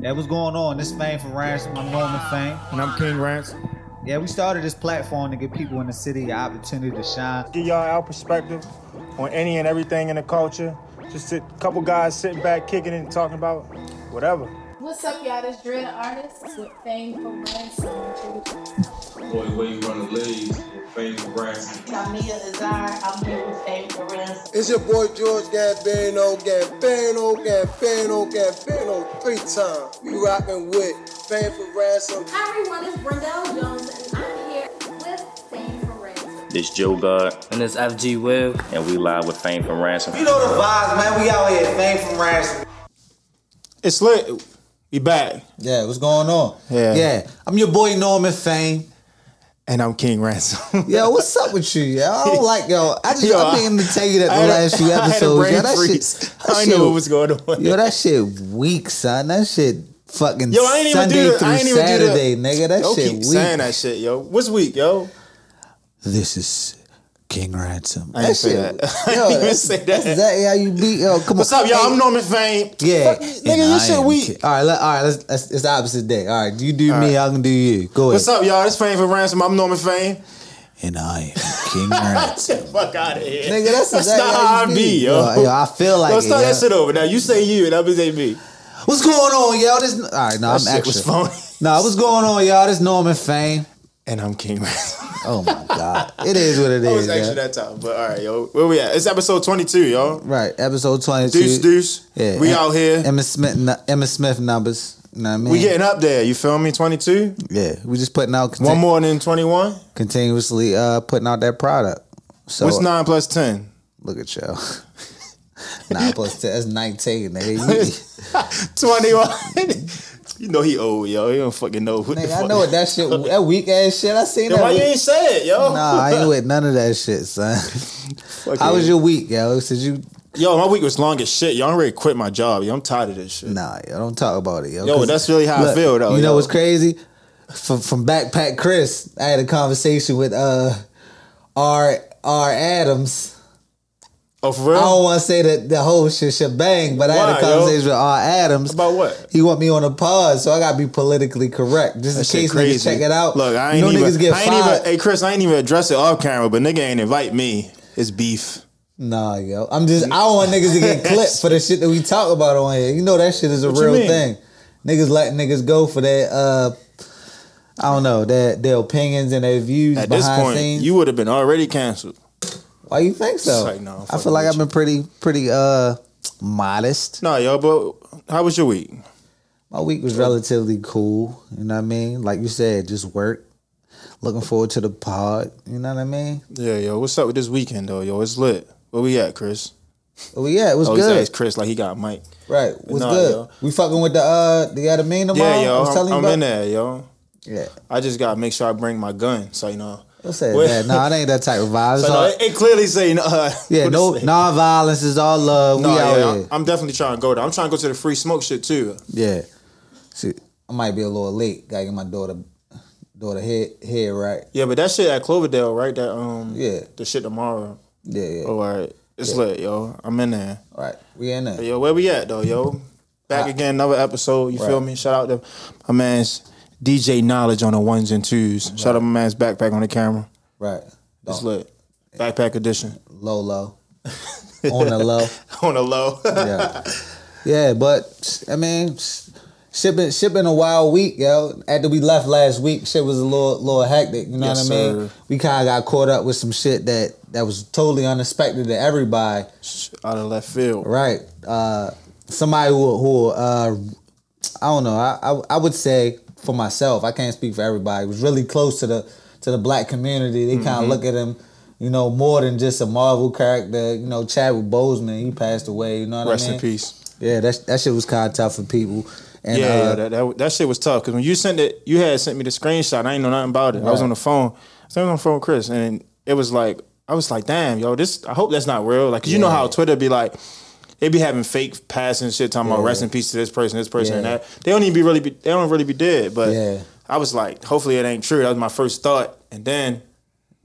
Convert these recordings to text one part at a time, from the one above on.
That was going on. This fame for Ransom Roman fame. And I'm King Ransom. Yeah, we started this platform to give people in the city the opportunity to shine. Give y'all our perspective on any and everything in the culture. Just a couple guys sitting back, kicking it, and talking about whatever. What's up, y'all? This Dread Artist with Fame for Ransom. Boy, where you run the leagues with fame for ransom. Tamia Azar, I'm here with Fame for Ransom. It's your boy George Gambino, Gambino, Gambino, Gambino, three times. You rockin' with Fame for Ransom. Hi everyone, it's Brendel Jones and I'm here with Fame for Ransom. This Joe God, And it's FG Will. and we live with Fame from Ransom. You know the vibes, man. We out here, fame from Ransom. It's lit. We back. Yeah, what's going on? Yeah. yeah. I'm your boy Norman Fame. And I'm King Ransom. Yo, what's up with you? Yo, I don't like yo. I just Yo, I've been to tell you that the last few I had a episodes. brain Yo, that freeze. shit, that I shit- knew what was going on. Yo, that shit weak, son. That shit fucking Yo, I ain't even Sunday do the. through I ain't even Saturday, do the, nigga. That yo, shit keep weak. saying that shit, yo. What's weak, yo? This is King Ransom. I ain't say that. I ain't even say that's that. exactly how you beat. Yo, come What's on. up, y'all? Hey, I'm Norman Fame. Yeah, Fuck, And nigga, I your shit am weak. ki- All right, let, all right. Let's, let's, it's the opposite day. All right, you do me, I'm gonna do you. Go ahead. What's up, y'all? It's Fame for Ransom. I'm Norman Fame. And I am King Ransom. Fuck out of here. Nigga, that's, That's exactly not how I you be, yo. yo. I feel like Let's it, start yo. that shit over. Now you say you and I be say me. What's going on, y'all? This all right, no, That I'm shit extra. was phony. Nah, what's going on, y'all? This Norman Fame. And I'm King Ransom. Oh my god, it is what it I is. was yo. extra that time, but all right, yo. Where we at? It's episode 22, yo. Right, episode twenty-two. Deuce, deuce. Yeah, we Em- out here. Emma Smith, nu- Emma Smith numbers. You know what I mean? we getting up there. You feel me? 22. yeah. We just putting out conti- One more than 21. continuously uh, putting out that product. So What's nine plus 10? Look at y'all. Nine plus ten. That's nineteen, nigga. 21. you know he old, yo. He don't fucking know what the nigga, fuck. I know what that shit. That weak ass shit. I seen Then that. why you weak- ain't say it, yo? Nah, I ain't with none of that shit, son. Fuck How it. was your week, yo? Since you Yo, my week was long as shit. Y'all already quit my job. Yo, I'm tired of this shit. Nah, yo, don't talk about it, yo. Yo, 'cause- that's really how I look, feel, though, You know yo. what's crazy? From from Backpack Chris, I had a conversation with uh R R Adams. Oh, for real? I don't want to say that the whole shit shebang, but I had Why, a yo? conversation with R Adams. About what? He want me on a pod, so I gotta be politically correct. Just in Shit case niggas check it out. Look, I ain't you know even. niggas get I ain't fired. even. Hey, Chris, I ain't even address it off camera, but nigga ain't invite me. It's beef. Nah, yo. I'm just I don't want niggas to get clipped for the shit that we talk about on here. You know that shit is a What you real mean? thing. Niggas let niggas go for that uh I don't know, that their opinions and their views At behind this point, scenes. you would have been already canceled. Why you think so? It's like, nah, I'm I fucking feel like with I've been pretty pretty uh modest. Nah, yo, but how was your week? My week was relatively cool, you know what I mean? Like you said, just work. Looking forward to the pod, you know what I mean? Yeah, yo, what's up with this weekend though? Yo, it's lit. Where we at, Chris? Oh yeah, it was Oh, he's good. asked Chris like he got Mike. Right, it was Nah, good. yo. We fucking with the uh the other mean tomorrow. Yeah, I yo, was telling I'm, you about. I'm in there, yo. Yeah. I just gotta make sure I bring my gun, so you know. What's that? Wait. Yeah, no, it ain't that type of vibe. It's So, no, all- it, it clearly say uh, yeah, what it no say. non-violence is all love. Nah, we out yeah, here. I'm- I'm definitely trying to go there. I'm trying to go to the free smoke shit too. yeah. See, I might be a little late. Gotta get my daughter daughter head head right. Yeah, but that shit at Cloverdale, right? That um, Yeah. the shit tomorrow. Yeah, yeah. Oh, all right, it's lit, yo. I'm in there. All right. We in there. Yo, where we at though, yo? Back again, another episode. You feel Right. me? Shout out to my man's DJ Knowledge on the ones and twos. Shout out my man's backpack on the camera. Right. It's Don't- lit. Backpack edition Low low. On the low. on the low. Yeah. Yeah, but I mean shit been, shit been a wild week, yo. After we left last week, shit was a little little hectic, you know Yes, what I mean? sir. We kinda got caught up with some shit that that was totally unexpected to everybody. out of left field. Right. Uh, somebody who, who uh, I don't know. I, I I would say for myself, I can't speak for everybody. Was really close to the to the black community. They Mm-hmm. kind of look at him, you know, more than just a Marvel character. You know, Chadwick Boseman, he passed away. You know what Rest I mean? in peace. Yeah, that that shit was kind of tough for people. And, yeah, uh, yeah, that, that that shit was tough. Cause when you sent it, you had sent me the screenshot. and I ain't know nothing about it. I was Right. on the phone. So I was on the phone with Chris, and it was like I was like, damn, yo, this. I hope that's not real. Like, 'cause you know Yeah. how Twitter be like. They be having fake passing shit, talking about rest in peace to this person, this person, and Yeah. that. They don't even be really, be, they don't really be dead. But Yeah. I was like, hopefully it ain't true. That was my first thought, and then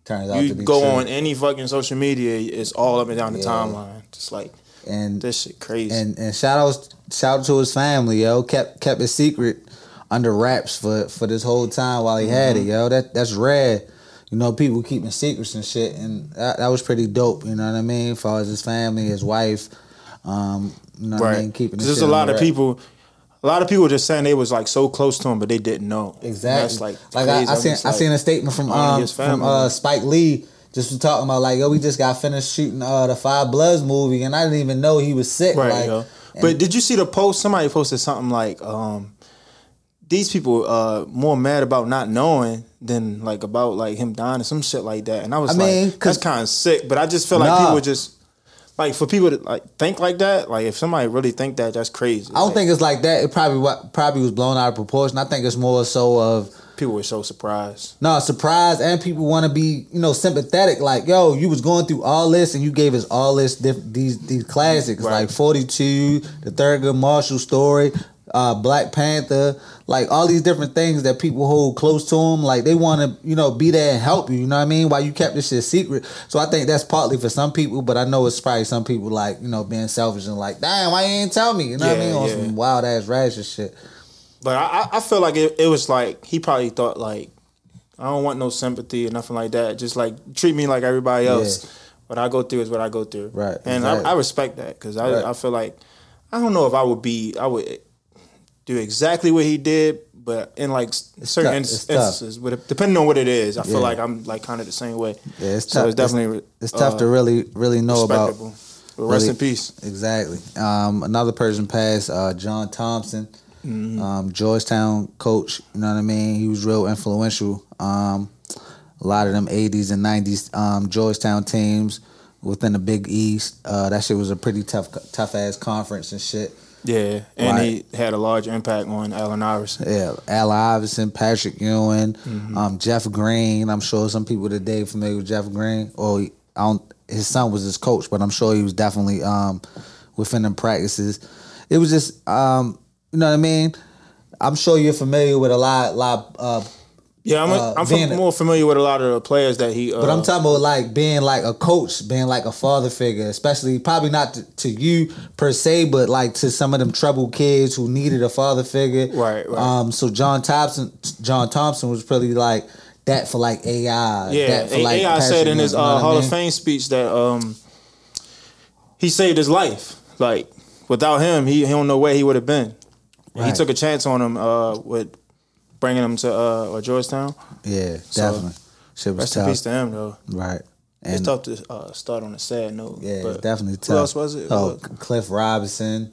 turns out you to be go true. on any fucking social media, it's all up and down the Yeah. timeline. Just like and this shit crazy. and and shout outs shout out to his family, yo. Kept kept his secret under wraps for for this whole time while he had it, yo. That that's rare. You know, people keeping secrets and shit, and that, that was pretty dope. You know what I mean? As far as his family, his wife, um, you know what I mean, right? keeping. 'Cause the There's shit a lot under of wraps. people. A lot of people just saying they was like so close to him, but they didn't know. Exactly. That's like like I, crazy. I I'm seen just I like- seen a statement from only um his from family. uh Spike Lee just was talking about like yo we just got finished shooting uh the Five Bloods movie and I didn't even know he was sick right. like yo. and- But did you see the post? Somebody posted something like, um, "These people uh more mad about not knowing than like about like him dying or some shit like that." And I was I like, mean, 'cause- "That's kind of sick." But I just feel like Nah. people just like for people to like think like that. Like if somebody really think that, that's crazy. I don't think it's like that it probably wa- probably was blown out of proportion I think it's more so of people were so surprised. no surprise and people want to be you know sympathetic like yo you was going through all this and you gave us all this diff- these these classics Right. like 42 the thurgood marshall story uh black panther like all these different things that people hold close to them like they want to you know be there and help you you know what i mean while you kept this shit secret so i think that's partly for some people but i know it's probably some people like you know being selfish and like damn why you ain't tell me you know what i Yeah, mean on yeah. some wild ass ratchet shit But I, I I feel like it, it was like he probably thought like I don't want no sympathy or nothing like that. Just like treat me like everybody else. Yeah. What I go through is what I go through. Right, And exactly. I, I respect that because I Right. I feel like I don't know if I would be I would do exactly what he did, but in like s- certain tough, ins- it's tough. instances, but if- depending on what it is, I feel Yeah. like I'm like kind of the same way. yeah it's uh, so tough it's definitely uh, it's tough to really really know about respectable. But Rest really- in peace. Exactly. Um, another person passed, uh, John Thompson, um, Georgetown coach. You know what I mean? He was real influential. Um, a lot of them 80s and 90s um, Georgetown teams within the Big East. Uh, that shit was a pretty tough, tough ass conference and shit. Yeah, and Right. he had a large impact on Allen Iverson. Yeah, Al Iverson, Patrick Ewing, um, Jeff Green. I'm sure some people today familiar with Jeff Green. Or he- I don't, his son was his coach, but I'm sure he was definitely um, within them practices. It was just, um, you know what I mean. I'm sure you're familiar with a lot, lot. Uh, Yeah, I'm, uh, I'm fam- Vanna. more familiar with a lot of the players that he. Uh, but I'm talking about like being like a coach, being like a father figure, especially probably not to, to you per se, but like to some of them troubled kids who needed a father figure. Right, right. Um, so John Thompson, John Thompson was probably like that for like AI. Yeah, that for like AI said passion, in his you uh, know what I Hall mean? of Fame speech that um, he saved his life. Like without him, he, he don't know where he would have been. And He Right. took a chance on him uh, with bringing him to uh, or Georgetown. Yeah, So, definitely. Shit was Rest in peace tough. to him, though. Right. it's And- tough to uh, start on a sad note. Yeah, but it's definitely tough. Who else was it? Oh, Who- Cliff Robinson.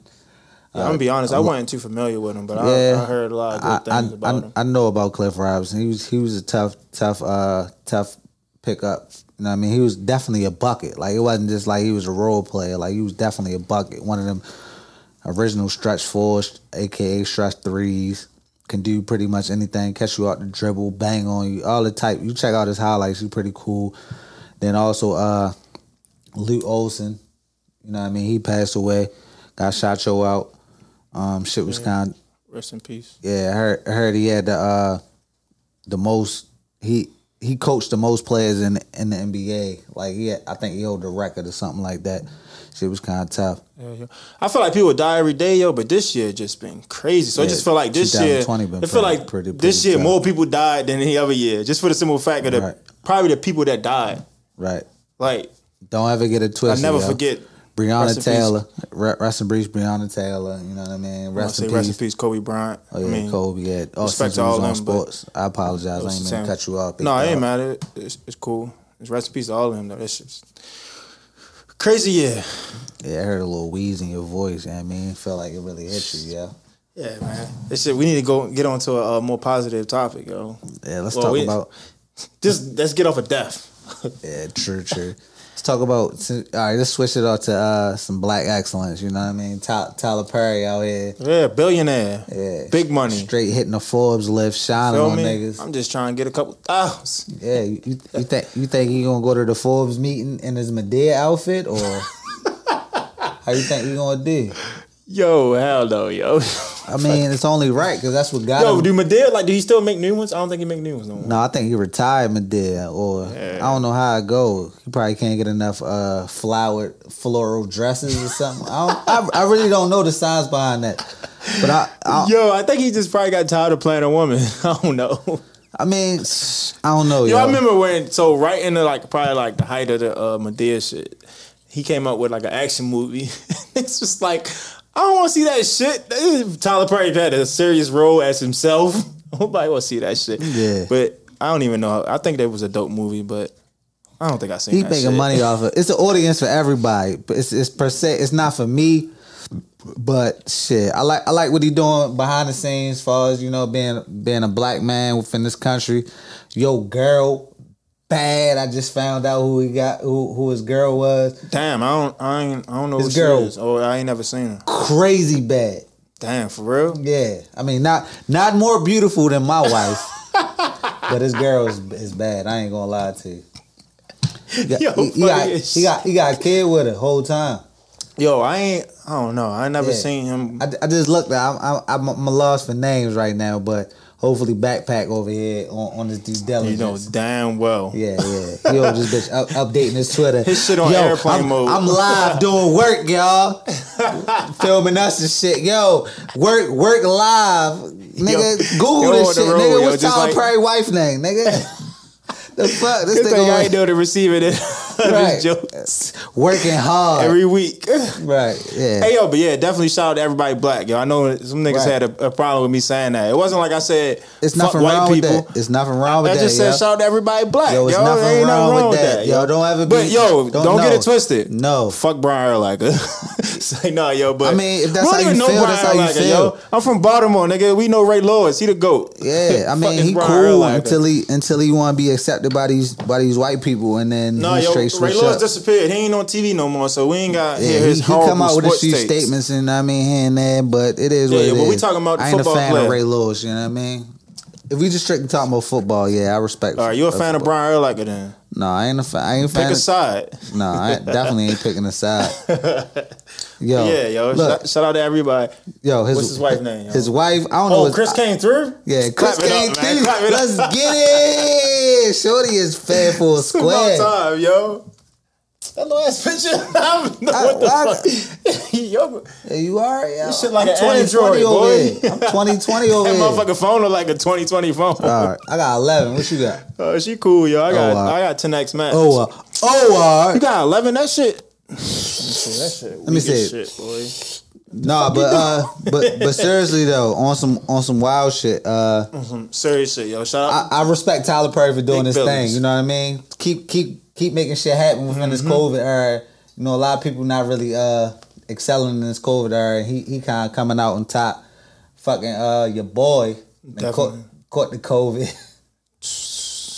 I'm gonna be honest. I wasn't too familiar with him, but yeah, I, I heard a lot I- of good things I, about I, him. I know about Cliff Robinson. He was he was a tough, tough, uh, tough pickup. You know what I mean? He was definitely a bucket. Like it wasn't just like he was a role player. Like he was definitely a bucket. One of them original stretch fours, aka stretch threes. Can do pretty much anything. Catch you out the dribble, bang on you, all the type. You check out his highlights. He's pretty cool. Then also, uh, Luke Olson. You know what I mean? He passed away. Got shot show out. Um, shit was kind of Rest in peace. yeah, I heard, I heard he had the uh, the most he he coached the most players in in the NBA. Like he, had, I think he held the record or something like that. Shit was kind of tough. Yeah, yeah. I feel like people die every day, yo, but this year just been crazy. So I Yeah, just feel like this year, I 2020 feel been pretty- like pretty- this pretty year tough. more people died than any other year, just for the simple fact of the, Right. probably the people that died. Right. Like Don't ever get it I twisted. never yo. forget. Rest Breonna in Taylor. Re- Rest in peace, Breonna Taylor. You know what I mean? I Rest say in rest in peace. peace, Kobe Bryant. Oh yeah, I mean, Kobe. Yeah. Oh, respect since to we was all on them, but- sports. I apologize. I it's ain't the mean to same. cut you off. uh, big No, I dog. ain't mad at it. It's, it's cool. It's rest in peace to all of them though. That's just crazy. Yeah, Yeah, I heard a little wheeze in your voice. You know what I mean, felt like it really hit you. Yeah. yeah, man. This shit. We need to go get on to a, uh more positive topic, yo. Yeah. Let's Well, talk we- about. Just let's get off of death. Yeah, true, true. Let's talk about. All right, let's switch it up to uh, some black excellence. You know what I mean? Ty- Tyler Perry out here, Yeah, billionaire. Yeah. big money. straight hitting the Forbes list, shining Feel on me? niggas. I'm just trying to get a couple thousand. Yeah, you, you you think you think he gonna go to the Forbes meeting in his Medea outfit or? How you think he gonna do? Yo, hell no, yo. I mean, it's only right because that's what got yo, him. do Madea like? Do he still make new ones? I don't think he make new ones no more. No, I think he retired Madea, or I don't know how it go. He probably can't get enough uh flowered floral dresses or something. I, don't, I I really don't know the science behind that, but I I, Yo, I think he just probably got tired of playing a woman. I don't know. I mean I don't know. Yo, yo. I remember when so right in the like probably like the height of the uh, Medea shit, he came up with like an action movie. it's just like I don't want to see that shit. This- Tyler Perry had a serious role as himself. Nobody want to see that shit. Yeah. but I don't even know. I think that was a dope movie, but I don't think I seen. He that making shit. money off of it's an audience for everybody, but it's it's per se it's not for me. But shit, I like I like what he doing behind the scenes, as far as you know, being being a black man within this country. Yo, girl, bad. I just found out who he got, who who his girl was. Damn, I don't, I ain't, I don't know His who she girl. is. Oh, I ain't never seen her. Crazy bad. Damn, for real. Yeah, I mean, not not more beautiful than my wife, but his girl is, is bad. I ain't gonna lie to you. He got, Yo, he, he funny got, as he got he got a kid with her whole time. Yo, I ain't, I don't know. I never Yeah. seen him. I, I just looked. I'm, I'm I'm I'm lost for names right now, but hopefully backpack over here on on his due you know diligence. damn well. Yeah, yeah. Yo, this bitch up, updating his Twitter. His shit on Yo, airplane I'm, mode. I'm live doing work, y'all. Filming us and shit. Yo, work, work live, nigga. Google yo, this on the shit, road, yo, nigga. What's just Tyler like- Perry wife name, nigga? the fuck, this Good thing I nigga ain't was know the receiver that Right. his jokes working hard. every week. right, yeah. Hey yo, but yeah, definitely shout out to everybody black, yo. I know some niggas Right. had a, a problem with me saying that. It wasn't like I said it's fuck nothing white wrong people. with that. It's nothing wrong with I that. just yo. said shout out to everybody black, yo. Yo, it's nothing ain't nothing wrong with that. yo. Don't ever But be- yo, don't don't, get know. it twisted. No. fuck Brian Erlacher. Say no, yo. But I mean, if that's we don't how you even know feel, Brian that's how you Urlacher, feel. Yo. I'm from Baltimore, nigga. We know Ray Lewis. He the goat. Yeah, I Fuck mean is he cool Brian Urlacher. until he until he want to be accepted by these by these white people, and then No, he yo, Ray straight switch Lewis up. disappeared. He ain't on TV no more, so we ain't got yeah, hear he, his he horrible come out with a sports few takes. statements, and I mean here and there, but it is Yeah, what it yeah, is. but we talking about the I ain't a football fan of player. Ray Lewis. You know what I mean? If we just strictly talking about football, yeah, I respect. All right, you a fan of football. Brian Urlacher then? No, I ain't a fan. I ain't a Pick fan. a Of, side. no, I definitely ain't picking a side. Yo, yeah, yo. look, shout, shout out to everybody. yo, his, what's his wife's name, yo? His wife. I don't know. Oh, his- Chris came through. Yeah, Clap Chris it up, came man. through. Clap it up. Let's get it. Shorty is fair for a About square. time, yo. That little ass picture. I don't know I- what the why- fuck. yo, Yeah, you are, yo. shit like an 2020 Android, over boy. here. I'm 2020 over that here. motherfucking phone look like a 2020 phone. All right, I got 11. What you got? Oh, she cool, yo. I got wow. I got 10x max. uh, Oh, uh, oh, uh, you got 11. That shit. That shit. Let me see it. Shit, boy. nah, but uh, but but seriously though, on some on some wild shit. Uh, Serious shit, yo. Shout out. I, I respect Tyler Perry for doing Big his Phillies. thing. You know what I mean? Keep keep keep making shit happen within Mm-hmm. this COVID era. You know, a lot of people not really uh excelling in this COVID era. He he kind of coming out on top. Fucking uh, your boy done caught, Definitely. caught the COVID.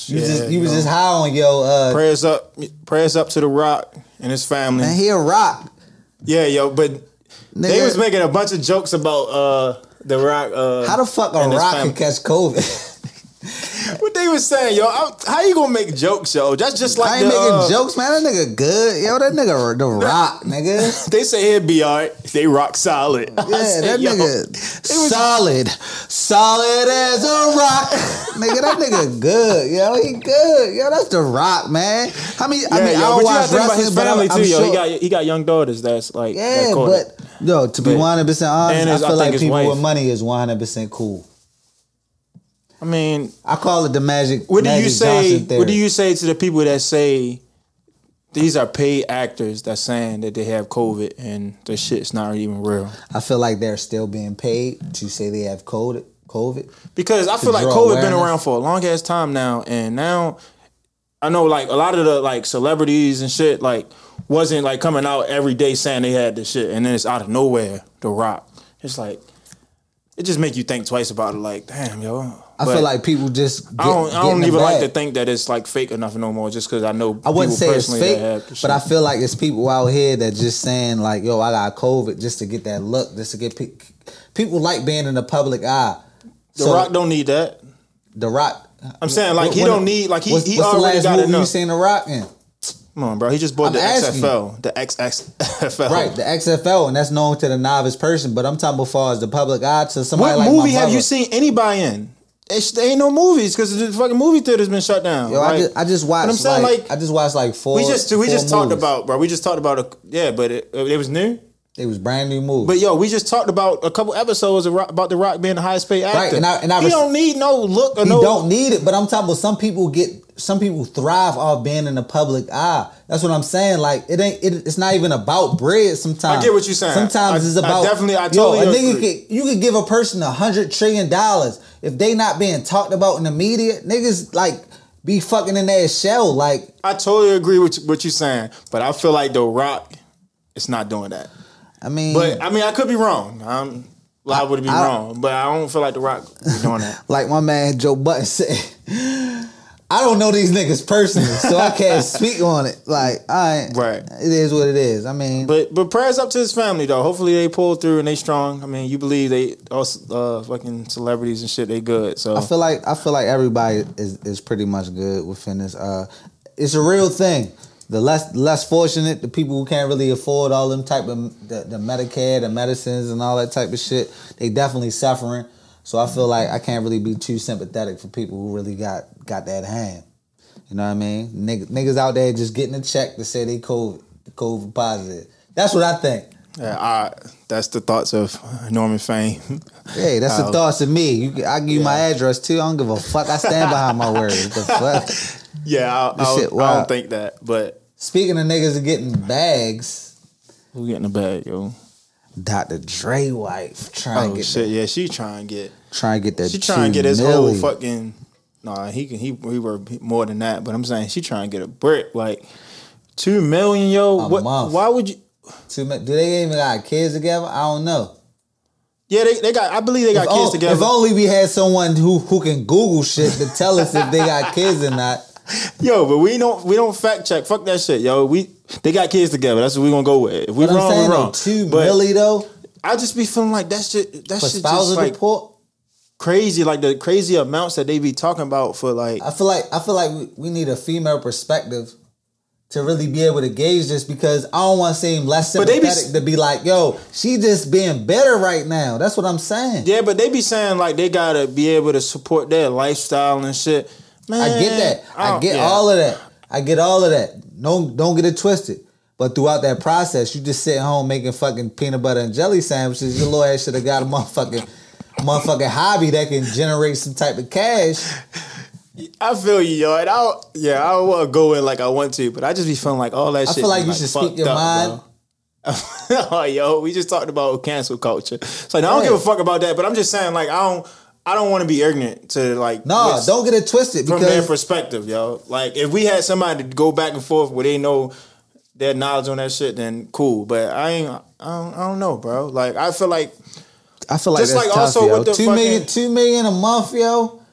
you just you was yo. just high on yo uh. prayers up. Prayers up to the Rock and his family. And he a rock. Yeah, yo, but they Nigga. was making a bunch of jokes about uh the rock. Uh, How the fuck a and his rock family. can catch COVID? What they was saying, yo? I, how you gonna make jokes, yo? That's just like I ain't the, making uh, jokes, man. That nigga good. Yo, that nigga the rock, nigga. They say he'd be all right. They rock solid. Yeah, Yeah, that nigga solid, solid as a rock. nigga, that nigga good, yo. He good, yo. That's the rock, man. I mean, I Yeah, mean, yo, I don't but you gotta watch think about wrestling, his but I'm, family I'm too, yo. sure. He got he got young daughters that's like yeah, that caught it. but yo, to be But- one hundred percent honest, and his- I I feel think like his people wife. with money is one hundred percent cool. I mean, I call it the magic. what do magic you say? Johnson theory. What do you say to the people that say these are paid actors that's saying that they have COVID and the shit's not even real? I feel like they're still being paid to say they have COVID. COVID. because I feel like draw COVID been awareness. around for a long ass time now, and now I know like a lot of the like celebrities and shit like wasn't like coming out every day saying they had this shit, and then it's out of nowhere. The Rock, it's like it just make you think twice about it. Like, damn, yo. I feel like people just. Get, I don't, I get in don't the even like bag. to think that it's like fake enough no more, just because I know I people wouldn't say it's personally that fake, have the but I shit. feel like it's people out here that just saying like, "Yo, I got COVID," just to get that look, just to get pe- people like being in the public eye. The so- Rock don't need that. The Rock, uh, I'm saying like he When- don't need like he what's, he what's the already last got movie you enough. seen The Rock in? Come on, bro. He just bought I'm the asking. XFL, the XXFL. Right, the XFL, and that's known to the novice person, but I'm talking about far as the public eye to somebody What like movie my have you mother. seen anybody in? It's, there ain't no movies because the fucking movie theater's been shut down. Yo, I Like, just I just watched. But I'm saying, like, like, I just watched like four. we just we four just talked movies. about, bro. We just talked about a yeah, but it, it was new. it was brand new movie. But yo, we just talked about a couple episodes of Rock, about the Rock being the highest paid actor. Right, and I- and I he res- don't need no look or you no. don't need it. But I'm talking about some people get some people thrive off being in the public eye. That's what I'm saying. Like it ain't. It, it's not even about bread. Sometimes I get what you're saying. Sometimes I- it's I about definitely- I yo, totally a nigga agree. could- you could give a person a hundred trillion dollars if they not being talked about in the media. Niggas like be fucking in their shell. Like I totally agree with what you're saying, but I feel like the Rock, it's not doing that. I mean, But I mean, I could be wrong. I'm liable to be I- wrong, but I don't feel like the Rock is doing that. like my man Joe Button said. I don't know these niggas personally, so I can't speak on it. Like, I Right. It is what it is. I mean, But but prayers up to his family though. Hopefully they pull through and they strong. I mean, you believe they also uh, fucking celebrities and shit. They good. So I feel like I feel like everybody is, is pretty much good within this. Uh, it's a real thing. The less less fortunate, the people who can't really afford all them type of the, the Medicare, the medicines, and all that type of shit, they definitely suffering. So I feel like I can't really be too sympathetic for people who really got got that hand. You know what I mean? Niggas, niggas out there just getting a check to say they COVID COVID positive. That's what I think. yeah, I, that's the thoughts of Norman Fame. Hey, that's the Oh. thoughts of me. You, can- I give you my address too. I don't give a fuck. I stand behind my word. The fuck. yeah, I, I, This shit don't- I wild. don't think that, but Speaking of niggas getting bags, we getting the bag, yo. Dr. Dre wife trying to Oh get shit, yeah, she trying to get trying to get that. she trying to get two his whole milli. fucking. Nah, he can he we were more than that, but I'm saying she trying to get a brick like two million, yo. A what? month. Why would you? Two mi- Do they even got kids together? I don't know. Yeah, they, they got. I believe they got if, kids on- together. if only we had someone who who can Google shit to tell us if they got kids or not. Yo, but we don't we don't fact check. Fuck that shit, yo. We they got kids together. That's what we gonna go with. If we But I'm wrong, we saying though, wrong. two but milli though I just be feeling like that shit. That for shit just spousal like report. crazy. Like the crazy amounts that they be talking about for like. I feel like I feel like we, we need a female perspective to really be able to gauge this because I don't want to seem less But they sympathetic be- to be like, yo, she just being better right now. That's what I'm saying. yeah, but they be saying like they gotta be able to support their lifestyle and shit. Man, I get that. I don't- get Oh, yeah. all of that. I get all of that. No, don't get it twisted. But throughout that process, you just sitting home making fucking peanut butter and jelly sandwiches. Your little ass should have got a motherfucking, motherfucking hobby that can generate some type of cash. I feel you, yo. And I don't, yeah, I don't want to go in like I want to, but I just be feeling like all that I shit. feel like be, you should speak fucked your up, mind. bro. oh, yo, we just talked about cancel culture. So now I don't Yeah. give a fuck about that, but I'm just saying, like, I don't, I don't want to be ignorant to like. No, what's- don't get it twisted From their because perspective, yo. Like, if we had somebody to go back and forth where they know their knowledge on that shit, then cool. But I ain't, I don't, I don't know, bro. Like, I feel like I feel like Just that's like tough, also yo. with the Two million- fucking- two million a month, yo.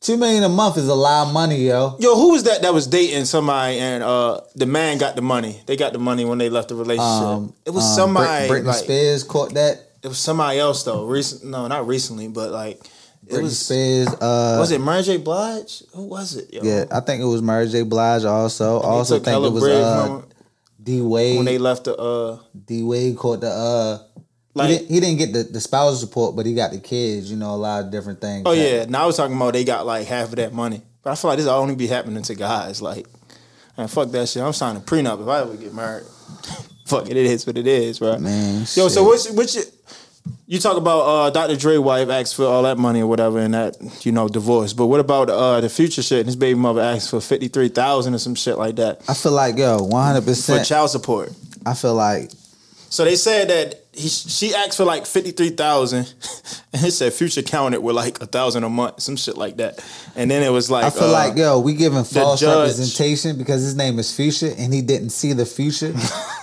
Two million a month is a lot of money, yo. Yo, who was that that was dating somebody and uh the man got the money? They got the money when they left the relationship. Um, it was um, somebody. Brit- Britney like, Spears caught that. It was somebody else though. Recent? No, not recently, but like it Britney was. Spears. Uh, Was it Mary J. Blige? Who was it? Yo? Yeah, I think it was Mary J. Blige. Also, I also took think hella it was bread uh, from D when they Wade. left the uh D Wade caught the uh. like. he, didn't, he didn't get the, the spousal support, but he got the kids. You know, a lot of different things. oh that- yeah, now I was talking about they got like half of that money, but I feel like this will only be happening to guys. Like, man, fuck that shit. I'm signing a prenup if I ever get married. fuck it, it is what it is, bro. man. Yo, so shit. what's what's your, you talk about uh, Dr. Dre wife asked for all that money or whatever and that you know divorce, but what about uh, the future shit? And his baby mother asked for fifty three thousand or some shit like that I feel like yo, one hundred for percent. child support. I feel like So they said that he she asked for like fifty three thousand, and it said future counted with like a thousand a month, some shit like that. And then it was like I feel uh, like yo, we giving false judge- representation because his name is Future and he didn't see the future.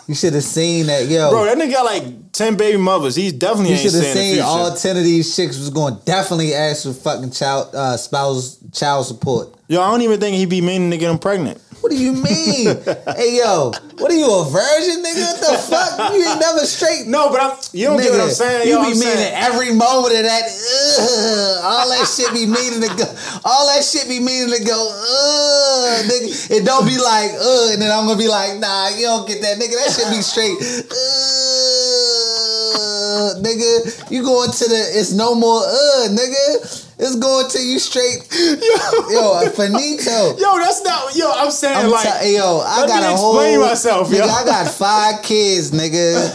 you should have seen that, yo. bro, that nigga got like ten baby mothers. He's definitely you ain't should have saying the seen future. all ten of these chicks was going to definitely ask for fucking child uh, spouse child support. Yo, I don't even think he be meaning to get him pregnant. What What do you mean? hey yo, what are you a virgin, nigga? What the fuck? You ain't never straight. No, but I'm, you don't get what I'm saying. You yo, be I'm meaning saying, every moment of that. Ugh, all that shit be meaning to go. All that shit be meaning to go. Ugh, nigga. It don't be like ugh, and then I'm gonna be like, nah, you don't get that, nigga. That shit be straight. Ugh, nigga. You going to the? It's no more. Ugh, nigga. It's going to you straight. Yo, finito. yo, that's not. Yo, I'm saying I'm like, ti- yo, I let got me a whole. explain myself, nigga, yo. I got five kids, nigga.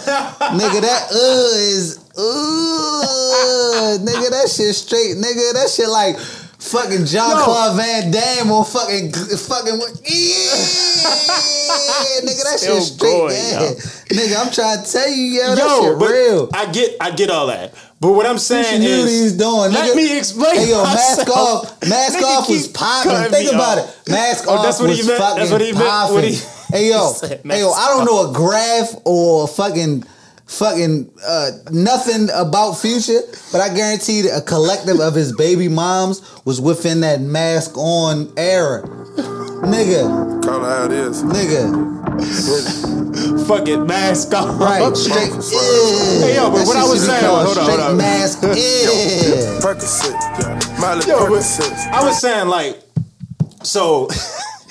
nigga, that uh is uh, nigga. That shit straight, nigga. That shit like fucking John No. Claude Van Damme on fucking fucking. Yeah, nigga, that Still shit straight, going, yeah. yo. Nigga, I'm trying to tell you, yo, that yo, shit but real. I get, I get all that. But what I'm She saying knew what he was is, doing. let nigga. me explain Hey yo, mask myself. off. Mask Nigga off was keep popping. cutting Think me about off. it. Mask Oh, off that's what was he meant. That's fucking what he meant. popping. What he- hey yo, He said hey yo, mask I don't know a graph or a fucking fucking uh, nothing about future, but I guarantee that a collective of his baby moms was within that mask on era. Nigga, Call it how it is. nigga, fucking mask off. right? Straight. Hey, yo, but That what shit I was should be saying- called hold on, hold straight on. Mask. Yeah. Percocet. Miley Yo, but Percocet. I was saying like, so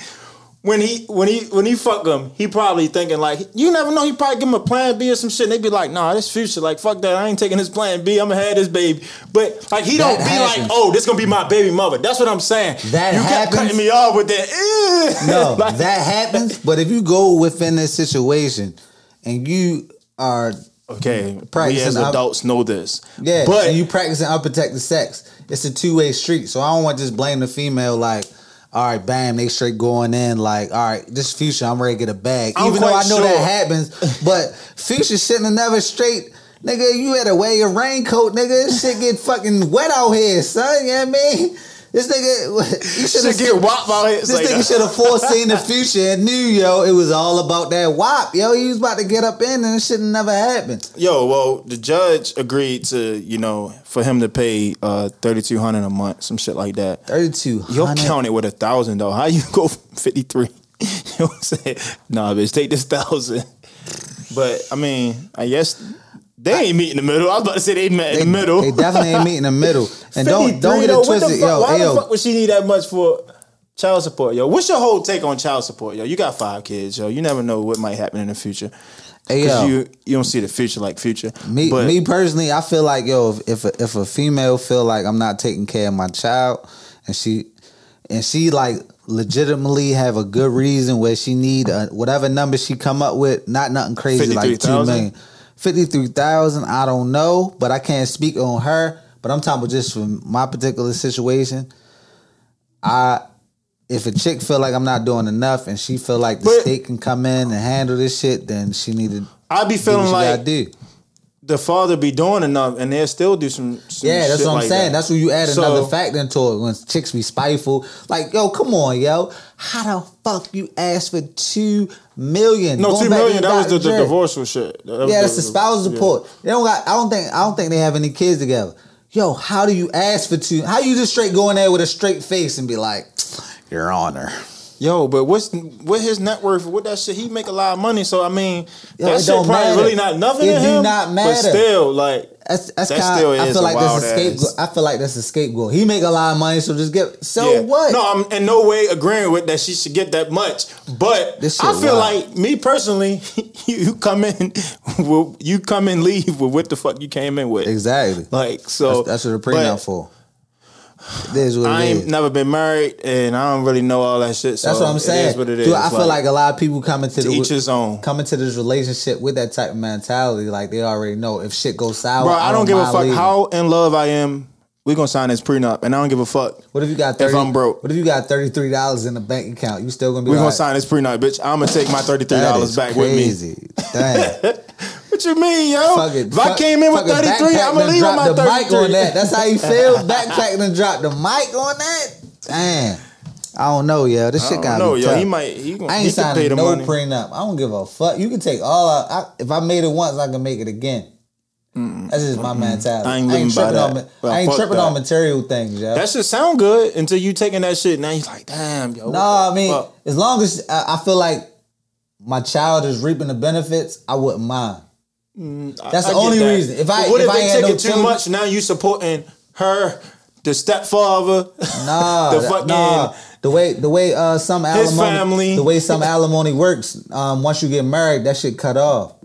when he when he when he fuck him, he probably thinking like, you never know. He probably give him a plan B or some shit. And they be like, nah, this future, like fuck that. I ain't taking his plan B. I'm gonna have this baby. But like he don't That be happens. like, oh, this gonna be my baby mother. That's what I'm saying. That you happens. kept cutting me off with that. "Eh." No, Like, that happens. But if you go within this situation and you are Okay, we Practicing as out- adults know this. yeah, but and you practicing unprotected sex, it's a two way street. So I don't want to just blame the female like. All right, bam, they straight going in like, all right, this future, I'm ready to get a bag. I'm Even though I quite know sure. that happens, but future shouldn't have never straight, nigga, you had to wear your raincoat, nigga. This shit get fucking wet out here, son. You know what I mean? This nigga, you should should have get whopped out here. It's This like, nigga should have foreseen the future and knew, yo, it was all about that wop. Yo, he was about to get up in and it shouldn't never happen. Yo, well, the judge agreed to, you know, for him to pay uh thirty two hundred a month, some shit like that. 32. You'll count it with a thousand though. How you go fifty three? you know what I'm saying? Nah, bitch, take this thousand. But I mean, I guess they ain't meet in the middle. I was about to say they met in the middle. They definitely ain't meeting the middle. And don't 53 don't get though, it what the twisted, fuck- yo, Why the yo. fuck would she need that much for child support, yo? What's your whole take on child support, yo? You got five kids, yo. You never know what might happen in the future. Hey, Because yo. you you don't see the future like future. Me, but me personally, I feel like yo, if if a, if a female feel like I'm not taking care of my child, and she and she like legitimately have a good reason where she need a, whatever number she come up with, not nothing crazy like two 53,000? million, fifty three thousand. I don't know, but I can't speak on her. But I'm talking about just from my particular situation. I if a chick feel like I'm not doing enough and she feel like the But- state can come in and handle this shit, then she need to do I be what feeling she gotta like do. the father be doing enough, and they'll still do some. some Yeah, that's shit what I'm like saying. that. That's when you add So- another fact into it. When chicks be spiteful, like yo, come on, yo, how the fuck you ask for two million? No, Going two back to million. That was the, the Dr. Dre. divorce and shit. That was Yeah, that's the spousal support. They don't got. I don't think. I don't think they have any kids together. Yo, how do you ask for two? How you just straight go in there with a straight face and be like, Your Honor? Yo, but what's what his net worth? What that shit? He make a lot of money, so I mean, Yo, it that shit don't probably matter. really not nothing It to do him. not But matter. still, like That's that's That kind. still I is a feel like that's a wild ass. scapegoat. I feel like that's a scapegoat. He make a lot of money, so just get. So yeah. what? No, I'm in no way agreeing with that. She should get that much, but This shit I feel wild. like me personally, you come in, with- you come and leave with what the fuck you came in with. exactly. Like so, that's, that's what a but prenup for. It is what it I ain't is. never been married, and I don't really know all that shit. So That's what I'm saying. It is what it is. Dude, I feel like a lot of people coming to, to the, each his own. coming to this relationship with that type of mentality, like they already know if shit goes sour. Bro, I don't give a mind fuck leaving. how in love I am. We gonna sign this prenup, and I don't give a fuck. What if you got if 30, I'm broke. What if you got thirty three dollars in the bank account? You still gonna be We like, gonna sign this prenup, bitch. I'm gonna take my thirty three dollars back with me. crazy. Damn. What you mean, yo? Fuck it. if I Fuck- came in with fucking thirty three, backpack I'm gonna and leave with drop my the thirty mic on three. that. That's how you feel. Backpack and drop the mic on that. Damn. I don't know, yo. This shit got No, to be yo, tough. he might. He, gonna, I he ain't can pay the signing no money. prenup. I don't give a fuck. You can take all. I, I, if I made it once, I can make it again. That's just my mentality. I I ain't ain't, living by tripping, on, that. ma- Well, I ain't fuck tripping that. on material things, yo. That shit sound good until you taking that shit. Now you're like, damn, yo. what no, the I mean, fuck? as long as I, I feel like my child is reaping the benefits, I wouldn't mind. That's Mm, I the get only that. reason. If I But what if, if, I they ain't had taking no too children- much? Now you supporting her, the stepfather, Nah, the that- fucking. nah. The way the way uh some alimony family. the way some alimony works, um, once you get married, that shit cut off.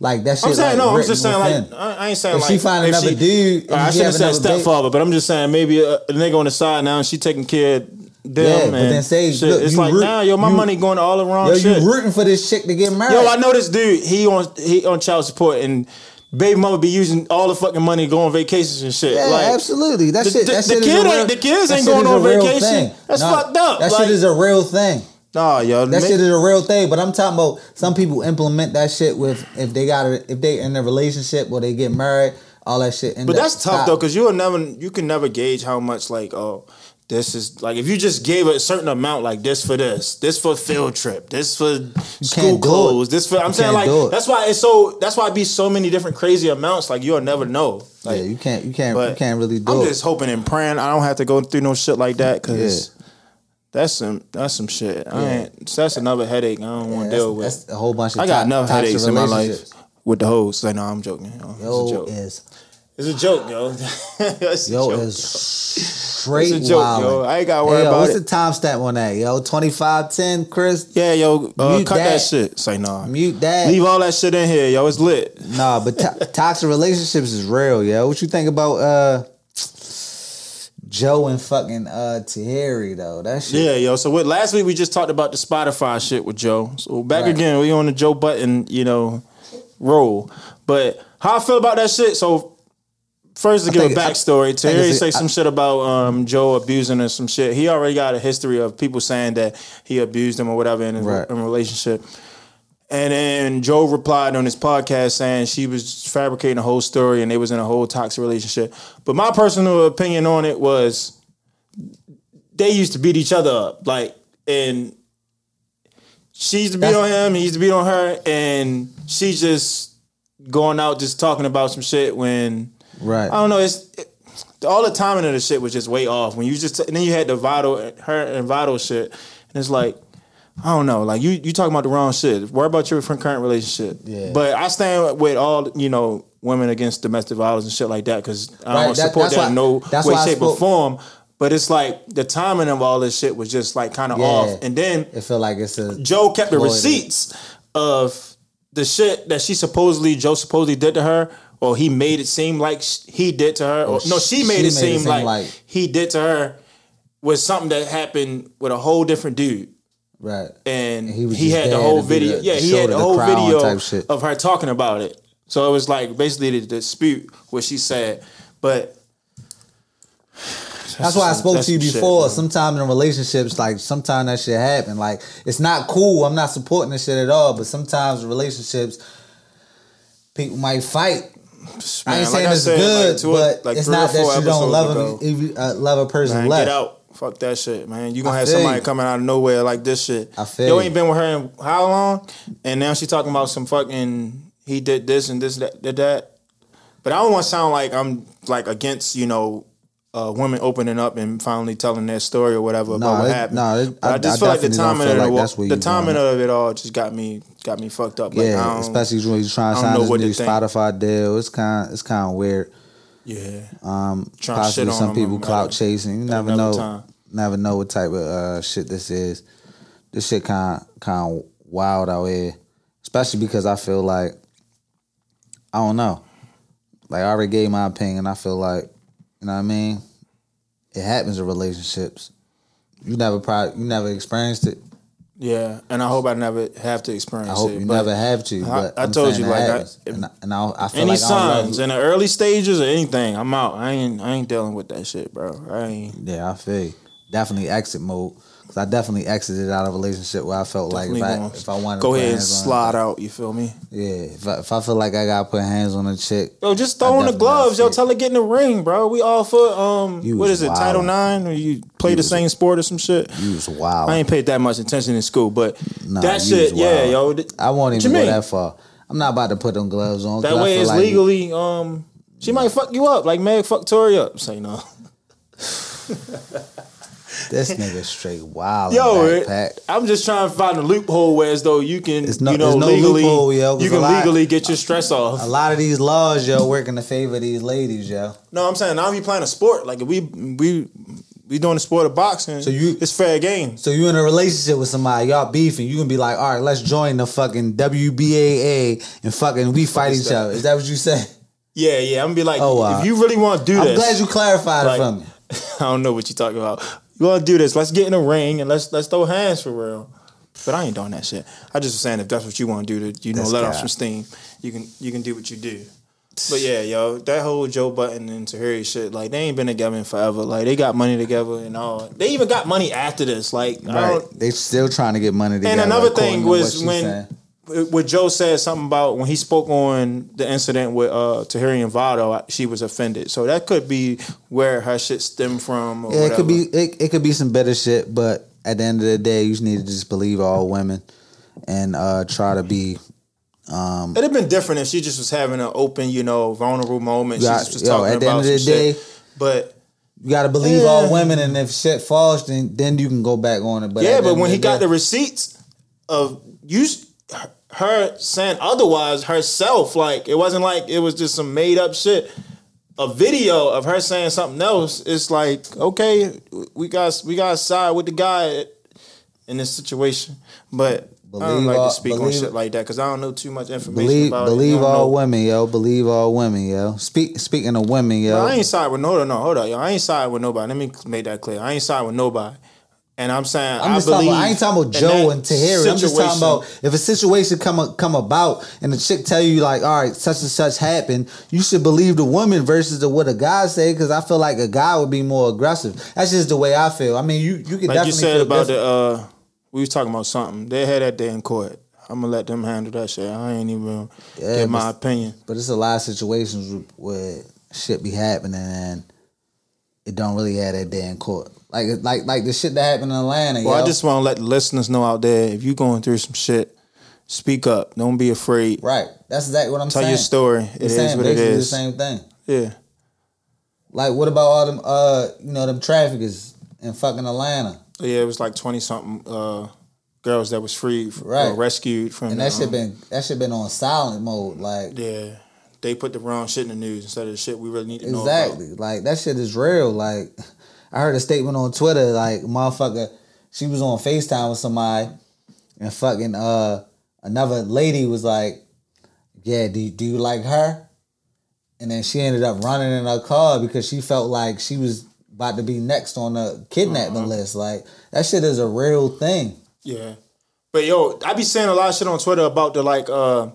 Like that shit. I'm saying like, no. I'm written just saying within. like I, I ain't saying If like she find another dude and I she should have have said another baby- stepfather, but I'm just saying maybe a, a nigga on the side now and she taking care of them. Yeah, and but then say, shit. look, it's you like root- nah, yo, my you- money going to all the wrong Yo, shit. Oh, you rooting for this chick to get married. Yo, I know this dude. He on he on child support and baby mama be using all the fucking money to go on vacations and shit. Yeah, like, absolutely. That the- shit. the- that the shit is kid a real, ain't- the kids that ain't shit going is a on real vacation. thing. That's Nah, fucked up. That Like- shit is a real thing. Nah, yo, That ma- shit is a real thing. But I'm talking about some people implement that shit with if they got a, if they in a relationship or they get married, all that shit. But that's tough though, because you will never you can never gauge how much like oh this is like if you just gave a certain amount like this for this, this for field trip, this for school can't do it. clothes, this for I'm You saying can't do like it. that's why it's so that's why it be so many different crazy amounts like you'll never know. Like yeah, you can't you can't but you can't really do I'm it. just hoping and praying I don't have to go through no shit like that because Yeah. that's some that's some shit. I ain't, that's another headache I don't Yeah, want to that's, deal with. that's a whole bunch of I got to- enough toxic headaches in my life relationships. with the hoes. Like, no, I'm joking. Oh, it's a Yo joke. is It's a joke, yo. it's a yo joke. is straight It's a joke, wildin'. yo. I ain't gotta worry Hey, yo, about what's it. the timestamp on that? Yo, twenty five ten, Chris. yeah, yo, uh, Mute cut that. that. shit. Say nah. Mute that. Leave all that shit in here, yo. It's lit. Nah, but to- toxic relationships is real, yo. What you think about uh Joe and fucking uh Tahiri though? That shit. Yeah, yo. So what? Last week we just talked about the Spotify shit with Joe. So back Right. again, we on the Joe Button, you know, roll. But how I feel about that shit? So first to give think- a I backstory, think Terry it's a- say some shit about um, Joe abusing or some shit. He already got a history of people saying that he abused him or whatever in a, Right. in a relationship. And then Joe replied on his podcast saying she was fabricating a whole story and they was in a whole toxic relationship. But my personal opinion on it was they used to beat each other up. Like, and she used to beat That's- on him, he used to beat on her, and she just going out just talking about some shit when Right. I don't know. It's it, all the timing of the shit was just way off. When you just and then you had the vital her and vital shit, and it's like I don't know. Like you you talking about the wrong shit. Worry about your current relationship. Yeah. But I stand with all you know women against domestic violence and shit like that because I don't Right, that- support that's that why- in no that's way, why I shape, or spoke- form. But it's like the timing of all this shit was just like kind of Yeah. off. And then It feel like it's a Joe kept the Exploited. receipts of the shit that she supposedly Joe supposedly did to her, or he made it seem like sh- he did to her, or Or no, she she made, it, made it seem seem like, like- he did to her was something that happened with a whole different dude, right. and he he, was just had the there whole to be video. the- yeah, the he shoulder had the to whole cry on video type shit. of her talking about it. So it was like basically the dispute what she said, but. That's why I spoke That's to you some shit, before. man. sometimes in relationships, like sometimes that shit happen. Like it's not cool. I'm not supporting this shit at all. But sometimes relationships, people might fight. I Man, ain't like saying it's said, good, like, two- but like it's three or not four that you episodes don't love ago. him. If you uh, love a person Man, left, get out. Fuck that shit, man. You I gonna have feel somebody you. coming out of nowhere like this shit. I feel Yo you. ain't been with her in how long? And now she talking about some fucking he did this and this that did that. But I don't want to sound like I'm like against you know uh, women opening up and finally telling their story or whatever Nah, about what it- happened. nah, it- But I, I- just I feel like the definitely don't timing feel of like it, that's where the you timing going. of it all just got me got me fucked up. Like, I yeah. don't- Especially when you're trying to I don't sign know this what to new think. Spotify deal, it's kind it's kind of weird. yeah. Um, Trying to shit possibly on some them people another- clout chasing. You never another know. time. Never know what type of uh, shit this is. This shit kind kind of wild out here, especially because I feel like I don't know. Like I already gave my opinion. I feel like you know what I mean. It happens in relationships. You never probably you never experienced it. Yeah, and I hope I never have to experience I hope it. you but- never have to. I- But I I, told you, you like, I- and I, and I, I feel Any like I don't love- signs in the early stages or anything, I'm out. I ain't I ain't dealing with that shit, bro. I ain't Yeah, I feel you. definitely exit mode because I definitely exited out of a relationship where I felt definitely like if I, gonna if I wanted go to put ahead and hands on- slide out. You feel me? yeah, if I, if I feel like I got to put hands on a chick, Yo, just I throw in the definitely gloves. gotta Yo, see it. tell her get in the ring, bro. We all for um, You what is was it? Title wild. Nine? Or you play the same sport or some shit? you was wild. I ain't paid that much attention in school, but Nah, that you was shit, yeah, yo. wild. th- I won't What even you go mean? that far. I'm not about to put them gloves on. 'cause That I way feel it's like- legally um she might fuck you up like Meg fucked Tori up. Say no. This nigga straight wild. Yo, Yo, it, I'm just trying to find a loophole where as though you can It's no- you know there's no legally loophole, yo, 'cause you a can lot- legally get your stress off. a lot of these laws, yo, work in the favor of these ladies, yo. No, I'm saying now if you playing a sport, like if we we we doing the sport of boxing, so you- it's fair game. So you in a relationship with somebody, y'all beefing, you can be like, all right, let's join the fucking WBAA and fucking we fight each other. Is that what you say? Yeah, yeah. I'm gonna be like, Oh, wow. if you really want to do I'm this, glad you clarified Like- it for me. I don't know what you talking about. You want to do this? Let's get in a ring and let's let's throw hands for real. But I ain't doing that shit. I just was saying if that's what you want to do, to you know, That's let off cap. some steam. You can you can do what you do. But yeah, yo, that whole Joe Button and Tahiri shit, like they ain't been together in forever. Like they got money together and all. They even got money after this. Like I Right. don't, They still trying to get money together. and another according thing to what was she when saying. what Joe said something about when he spoke on the incident with uh Tahiri and Vado, she was offended. So that could be where her shit stemmed from. Or Yeah, it whatever. could be it, it could be some better shit, but at the end of the day, you just need to just believe all women and uh try to be It'd have been different if she just was having an open, you know, vulnerable moment. Yeah, she just was yo, talking at the about end of some the shit. But you gotta believe all Yeah. women and if shit falls then then you can go back on it. But yeah, at the but end when of he got day- the receipts of you, her saying otherwise herself, like it wasn't like it was just some made up shit. A video of her saying something else. It's like okay, we got we got to side with the guy in this situation, but. I don't Believe like all- to speak on believe- shit like that because I don't know too much information Believe, about it. believe I don't know- all women, yo. Believe all women, yo. Speak, speaking of women, yo. I ain't side with no, no, no, hold up, yo. I ain't side with nobody. Let me make that clear. I ain't side with nobody. And I'm saying I'm I just believe. talking about, I ain't talking about in Joe that and Tahiri. I'm just talking situation. about if a situation come come about and the chick tell you like, all right, such and such happened, you should believe the woman versus the, what a guy say because I feel like a guy would be more aggressive. That's just the way I feel. I mean, you you can like definitely you said feel about different. the. Uh, we was talking about something. They had that day in court. I'm gonna let them handle that shit. I ain't even Yeah, get my but- opinion. but it's a lot of situations where shit be happening and it don't really have that damn court. Like like like the shit that happened in Atlanta. Well, yo. I just want to let the listeners know out there if you going through some shit, speak up. Don't be afraid. right. That's exactly what I'm Tell saying. your story. It I'm is saying what it basically is. The same thing. Yeah. Like, what about all them, uh, you know, them traffickers in fucking Atlanta? Yeah, it was like twenty something uh, girls that was freed, right. Right. or rescued from And the, that shit um, been that shit been on silent mode. Like, Yeah, they put the wrong shit in the news instead of the shit we really need to know. exactly. Like that shit is real. Like, I heard a statement on Twitter. Like, motherfucker, she was on Facetime with somebody, and fucking uh, another lady was like, "Yeah, do do you like her?" And then she ended up running in her car because she felt like she was about to be next on the kidnapping Uh-huh. list. Like, that shit is a real thing. Yeah, but yo, I be seeing a lot of shit on Twitter about the like, uh,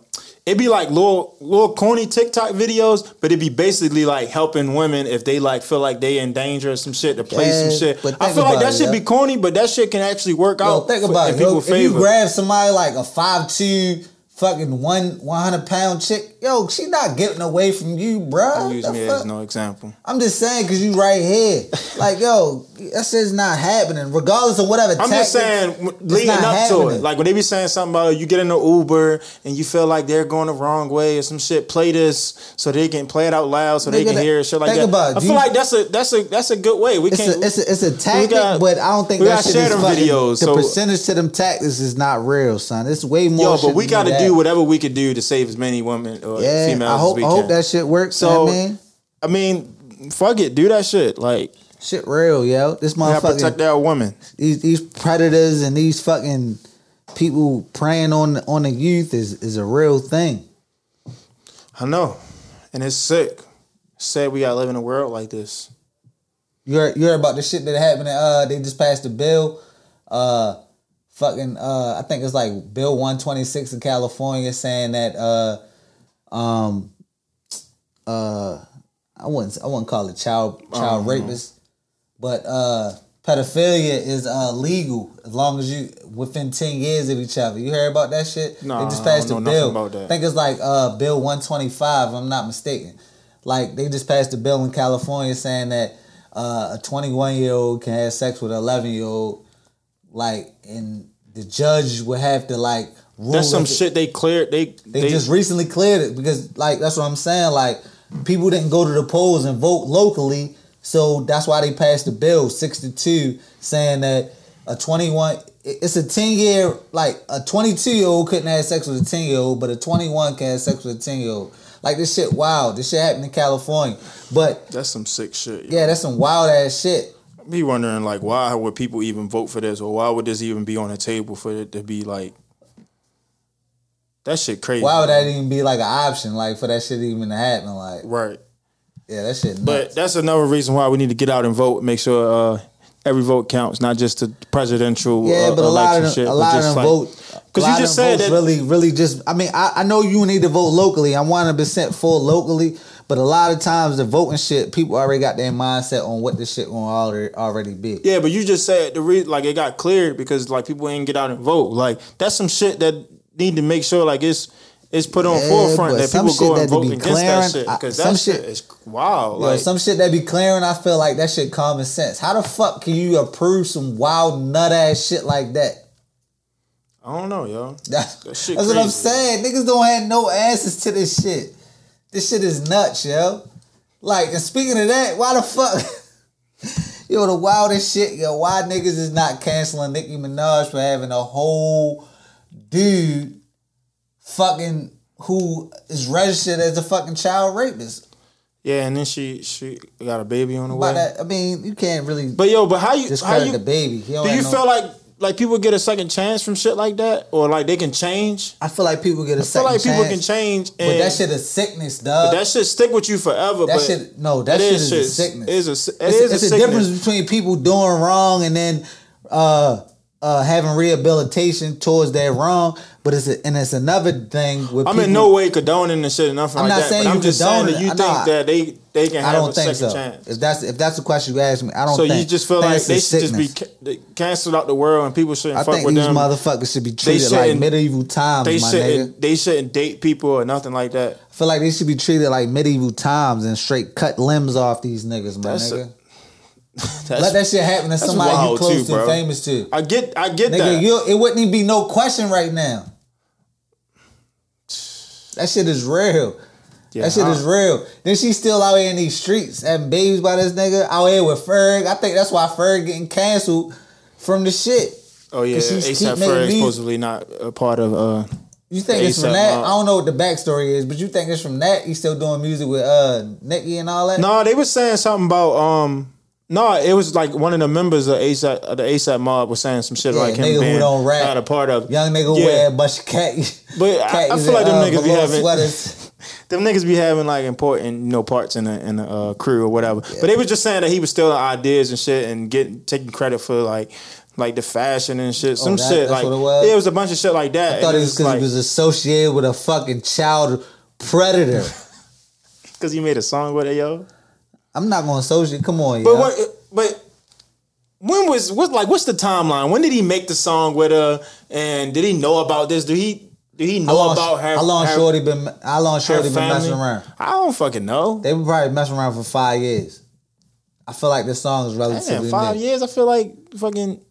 it be like little little corny TikTok videos, but it be basically like helping women if they like feel like they in danger or some shit to play some Yeah, shit. but I think feel like about that it, shit yo. be corny, but that shit can actually work Yo, out. think Oh, for- about in it. Yo, people's if you favor. grab somebody like a five two fucking one one hundred pound chick, yo, she not getting away from you, bro. Use me as no example. I'm just saying because you right here, like yo, that shit's not happening, regardless of whatever. I'm just saying, tactics, w- it's leading up not to it, happening. like when they be saying something about you get in the Uber and you feel like they're going the wrong way or some shit, play this so they can play it out loud so they Nigga, can that- hear it, shit like think that. about it. I feel You- like that's a that's a that's a good way. We it's can't. a, it's a, it's a tactic, got- but I don't think we that gotta shit share is them fucking, videos, The so- percentage to them tactics is not real, son. It's way more. yo, shit but we than got to that. do whatever we could do to save as many women or Yeah, females I hope, as we I can. hope that shit works. So- So, man. I mean, fuck it, do that shit. Like, shit real, yo. This we gotta motherfucker. protect our women. these these predators and these fucking people preying on on the youth is is a real thing. I know, and it's sick. Sad we gotta live in a world like this. You heard, you heard about the shit that happened? in, Uh, they just passed a bill. Uh, fucking. Uh, I think it's like Bill One Twenty Six in California saying that. Uh, um, uh, I wouldn't I wouldn't call it child Oh, child rapist, but uh, pedophilia is uh legal as long as you within ten years of each other. You heard about that shit? Nah, they just I don't passed know a nothing bill. about that. I think it's like uh Bill One Twenty Five. If I'm not mistaken. Like they just passed a bill in California saying that uh, a 21 year old can have sex with an 11 year old, like, and the judge would have to like That's some Rules. shit they cleared. They They, just recently cleared it because, like, that's what I'm saying. Like, people didn't go to the polls and vote locally, so that's why they passed the bill 62 saying that a 21, it- it's a 10 year, like, a 22 year old couldn't have sex with a 10 year old, but a 21 can have sex with a 10 year old. Like, this shit wild. This shit happened in California. But, that's some sick shit. yo. yeah, that's some wild ass shit. be wondering like why would people even vote for this or why would this even be on the table for it to be like that shit crazy. Why would that even be like an option, like, for that shit even to happen? Like, Right. yeah, that shit. Nuts. But that's another reason why we need to get out and vote. Make sure uh, every vote counts, not just the presidential. Yeah, uh, but a lot election of them, shit, a but lot of just them like- vote. a 'Cause you lot of just them said votes that- really, really just. I mean, I, I know you need to vote locally. I'm 100 percent for locally, but a lot of times the voting shit, people already got their mindset on what this shit gonna already, already be. Yeah, but you just said the reason like it got cleared because like people didn't get out and vote. Like that's some shit that need to make sure like it's it's put on Yeah, forefront but that some people go shit and that vote to be against that clearing, shit I- because some that shit shit- is wild. Yo, like some shit that be clearing, I feel like that shit common sense. How the fuck can you approve some wild nut ass shit like that? I don't know, yo. That's, That shit that's what I'm crazy. saying. Niggas don't have no answers to this shit. This shit is nuts, yo. Like, and speaking of that, why the fuck? yo, the wildest shit, yo. Why niggas is not canceling Nicki Minaj for having a whole dude fucking who is registered as a fucking child rapist? Yeah, and then she she got a baby on the By way. that, I mean, you can't really But yo, but how you how discredit you the baby. He don't do have you no- feel like like people get a second chance from shit like that or like they can change? I feel like people get I a feel second like people chance, can change and but that shit is sickness, but dog. that shit stick with you forever. That but shit, no, that, shit is, a sickness. Is a, it it's, is it's a a, sickness. difference between people doing wrong and then uh, uh, having rehabilitation towards that wrong. But it's a, and it's another thing with I'm people, in no way condoning the shit or nothing like I'm not that. saying but I'm you just saying condone that it. you I- think nah. that they they can I have a don't think second so. chance. If that's if that's the question you asked me, I don't. So think. you just feel think like it's a they should just be sickness. ca- they- canceled out the world and people shouldn't I fuck think with these them. motherfuckers should be treated like shouldn't- medieval times, they my shouldn't nigga. they shouldn't date people or nothing like that. I feel like they should be treated like medieval times and straight cut limbs off these niggas, my That's a- nigga. That's, Let that shit happen to that's somebody you wild close too, to, bro. famous to. I get I get Nigga, that. you it wouldn't even be no question right now. That shit is real. Yeah, uh, that shit I- is real. Then she's still out here in these streets having babies by this nigga out here with Ferg. I think that's why Ferg getting canceled from the shit. oh yeah, 'cause she's keep ASAP making Ferg these- supposedly not a part of uh You think it's from ASAP that? Mob. I don't know what the backstory is, but you think it's from that? He's still doing music with uh Nicki and all that. No, they was saying something about um. No, it was like one of the members of ASAP, of the ASAP mob was saying some shit Yeah, like him nigga who being don't rap. not a part of Young nigga Yeah. wear a bunch of cat. But I- I khakis feel like and, uh, them niggas be velour having- sweaters. Them niggas be having like important you know parts in the in the uh, crew or whatever. But they was just saying that he was stealing ideas and shit and getting taking credit for like like the fashion and shit. Some Oh, that- shit that's like what it was? yeah, it was a bunch of shit like that. I thought it And was it's because like- he was associated with a fucking child predator. 'cause he made a song with it, yo. I'm not gonna associate. Come on, But yo. what? But when was what? Like, what's the timeline? When did he make the song with her? And did he know about this? Did he? Did he How know long, about her? how long her- Shorty been? How long her Shorty been messing family? around? I don't fucking know. They were probably messing around for five years. I feel like this song is Damn, relatively five new. years. I feel like fucking.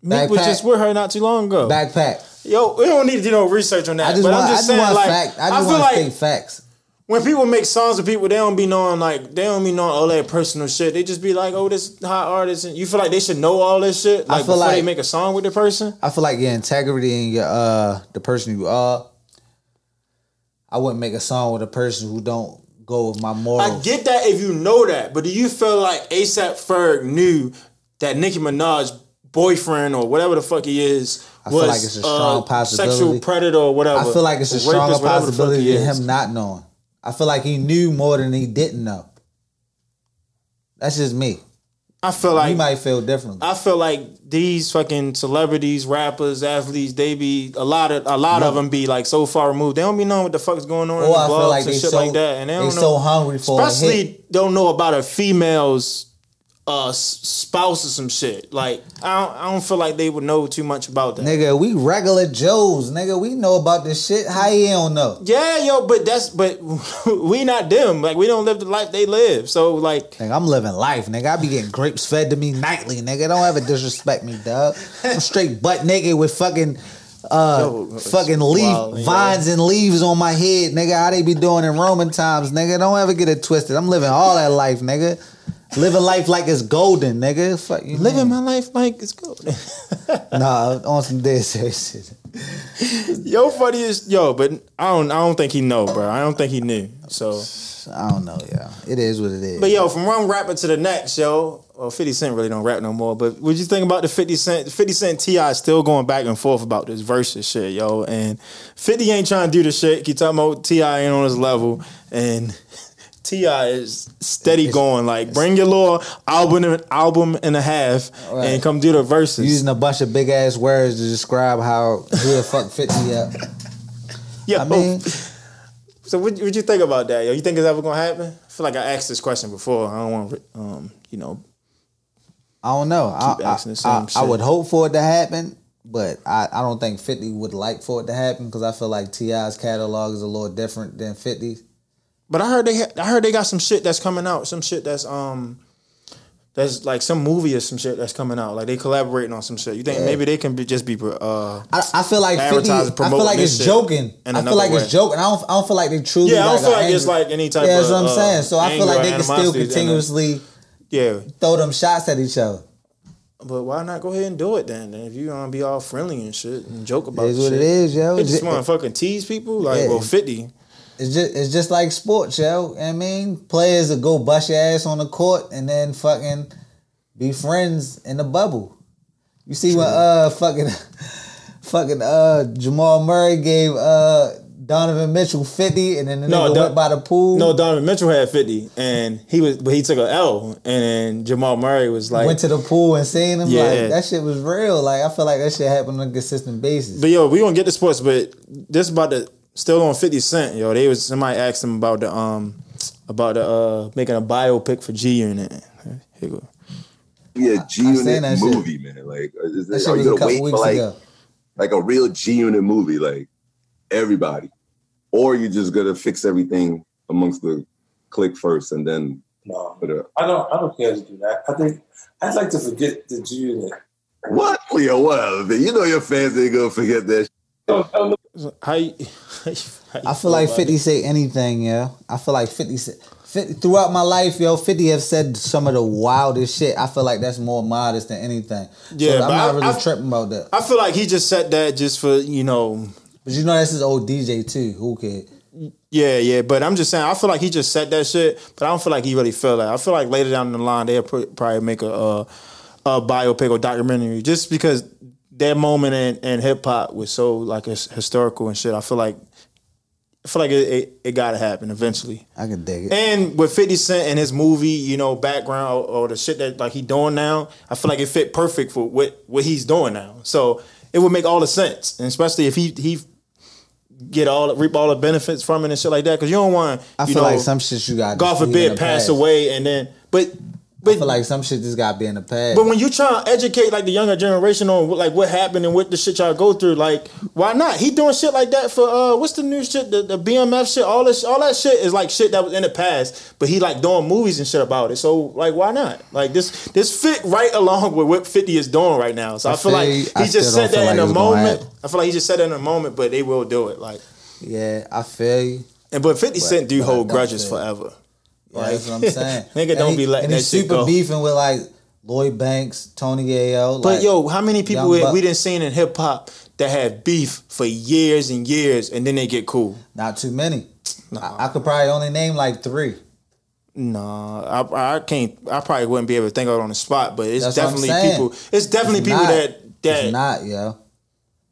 Meek was Backpack. just with her not too long ago. Backpack. Yo, we don't need to do no research on that. I just but want. I'm I just just saying, want like, fact. I I just feel want like to state facts. when people make songs with people, they don't be knowing like they don't be knowing all that personal shit. They just be like, "Oh, this hot artist," and you feel like they should know all this shit. Like feel before they like- make a song with the person. I feel like your integrity and your uh the person you are. I wouldn't make a song with a person who don't go with my I morals. get that if you know that, but do you feel like ASAP Ferg knew that Nicki Minaj boyfriend or whatever the fuck he is I feel was like it's a strong uh, possibility. sexual predator or whatever? I feel like it's a or stronger rapist, whatever the fuck possibility he of is. him not knowing. I feel like he knew more than he didn't know. That's just me. I feel You like might feel differently. I feel like these fucking celebrities, rappers, athletes, they be a lot of a lot of them be like so far removed. They don't be knowing what the fuck's going on in the Or Oh, I feel blogs like and they shit so like that. And they they don't know. so hungry for a hit. especially don't know about a female's uh, s- spouse or some shit. Like I don't, I don't feel like they would know too much about that. Nigga, we regular Joes, nigga. We know about this shit. How you don't know? Yeah, yo, but that's but we not them. Like we don't live the life they live. So like Nigga, I'm living life, nigga. I be getting grapes fed to me nightly, nigga. Don't ever disrespect me, dog. I'm straight butt naked with fucking uh, Yo, fucking leaf wild, yeah. vines and leaves on my head, nigga. How they be doing in Roman times, nigga? Don't ever get it twisted. I'm living all that life, nigga. Living life like it's golden, nigga. Fuck you, Living mean? my life like it's good. nah on some dead serious shit. yo, funniest yo, but I don't. I don't think he know, bro. I don't think he knew. So, I don't know, yeah. It is what it is. but yo, from one rapper to the next, yo. Well, Fifty Cent really don't rap no more. But what you think about the Fifty Cent? Fifty Cent Ti still going back and forth about this versus shit, yo. And Fifty ain't trying to do the shit. Keep talking about Ti ain't on his level, and Ti is steady It's- going. Like, bring your little album, album and a half, Right. and come do the verses. using a bunch of big ass words to describe how who the fuck fits me up. Yo, I mean, so what, what you think about that? Yo, you think it's ever gonna happen? I feel like I asked this question before. I don't want, um, you know, I don't know. I, Keep I- asking the same I- I shit. would hope for it to happen, but I, I don't think 50 would like for it to happen because I feel like T.I.'s catalog is a little different than 50's. but I heard they, ha- I heard they got some shit that's coming out. Some shit that's, um, that's like some movie or some shit that's coming out. Like they collaborating on some shit. You think maybe they can be, just be, uh, I, I feel like 50, I Advertising, feel like promoting this it's shit joking. in I feel another like way. it's joking. I don't, I don't feel like they truly. Yeah, I don't like, feel are like it's angry. like any type Yeah, of, that's what I'm uh, saying. So I feel anger like or they can still animosity in it. continuously yeah. throw them shots at each other. But why not go ahead and do it then? Then if you gonna be all friendly and shit and joke about It is what shit. it is, yo. They just Ju- want to fucking tease people. Like, Yeah. well, fifty. It's just it's just like sports, yo. I mean, players that go bust your ass on the court and then fucking be friends in the bubble. You see when uh fucking fucking uh Jamal Murray gave uh Donovan Mitchell fifty, and then the No, nigga Don- went by the pool, No, Donovan Mitchell had fifty, and he was, but he took a L, and then Jamal Murray was like, went to the pool and seen him. Yeah. Like that shit was real. Like I feel like that shit happened on a consistent basis. But yo, we gonna get to sports, but this about the still on Fifty Cent. Yo, they was somebody asked him about the um about the uh making a biopic for G Unit. Here you go. Yeah, G seen that Unit shit. movie, man. Like, is that this, shit are was you a gonna couple wait for weeks like ago. like a real G Unit movie, like everybody, or you just gonna fix everything amongst the click first and then No, put a I don't. I don't care to do that. I think I'd like to forget the G unit. what? Leo, well, you know your fans ain't gonna forget that. Shit. How you? how you- I feel like about 50 it? say anything, yeah. I feel like 50, say- 50 throughout my life, yo, 50 have said some of the wildest shit. I feel like that's more modest than anything. Yeah, so but I'm I- not really I- tripping about that. I feel like he just said that just for you know. But you know, that's his old DJ too. Who kid? Yeah, yeah, but I'm just saying. I feel like he just said that shit, but I don't feel like he really felt that. I feel like later down the line they'll pr- probably make a uh, a biopic or documentary just because that moment in, in hip hop was so like his- historical and shit. I feel like I feel like it, it, it gotta happen eventually. I can dig it. And with Fifty Cent and his movie, you know, background or, or the shit that like he doing now, I feel like it fit perfect for what what he's doing now. So it would make all the sense, and especially if he he get all reap all the benefits from it and shit like that. Because you don't want I you feel know, like some shit you got. God forbid pass away and then but I but feel like some shit just got to be in the past. but when you try to educate like the younger generation on like what happened and what the shit y'all go through, like why not? He doing shit like that for uh what's the new shit? The, the BMF shit, all this all that shit is like shit that was in the past, but he like doing movies and shit about it. So like why not? Like this this fit right along with what 50 is doing right now. So I, I feel like feel he you. I just still said don't feel that in like a it was gonna moment. happen. I feel like he just said that in a moment, but they will do it. Like yeah, I feel you. and but 50 Cent do but I hold don't grudges feel- forever. Yeah, that's what I'm saying. Nigga, And don't he- be letting and that he's shit super go. beefing with like Lloyd Banks, Tony Ayo. But like, yo, how many people Young we, Buck. we didn't seen in hip hop that have beef for years and years and then they get cool? not too many. I, I could probably only name like three. Nah, I, I can't. I probably wouldn't be able to think of it on the spot, but it's That's what I'm definitely saying. people. It's definitely people not. that that. It's not, yo.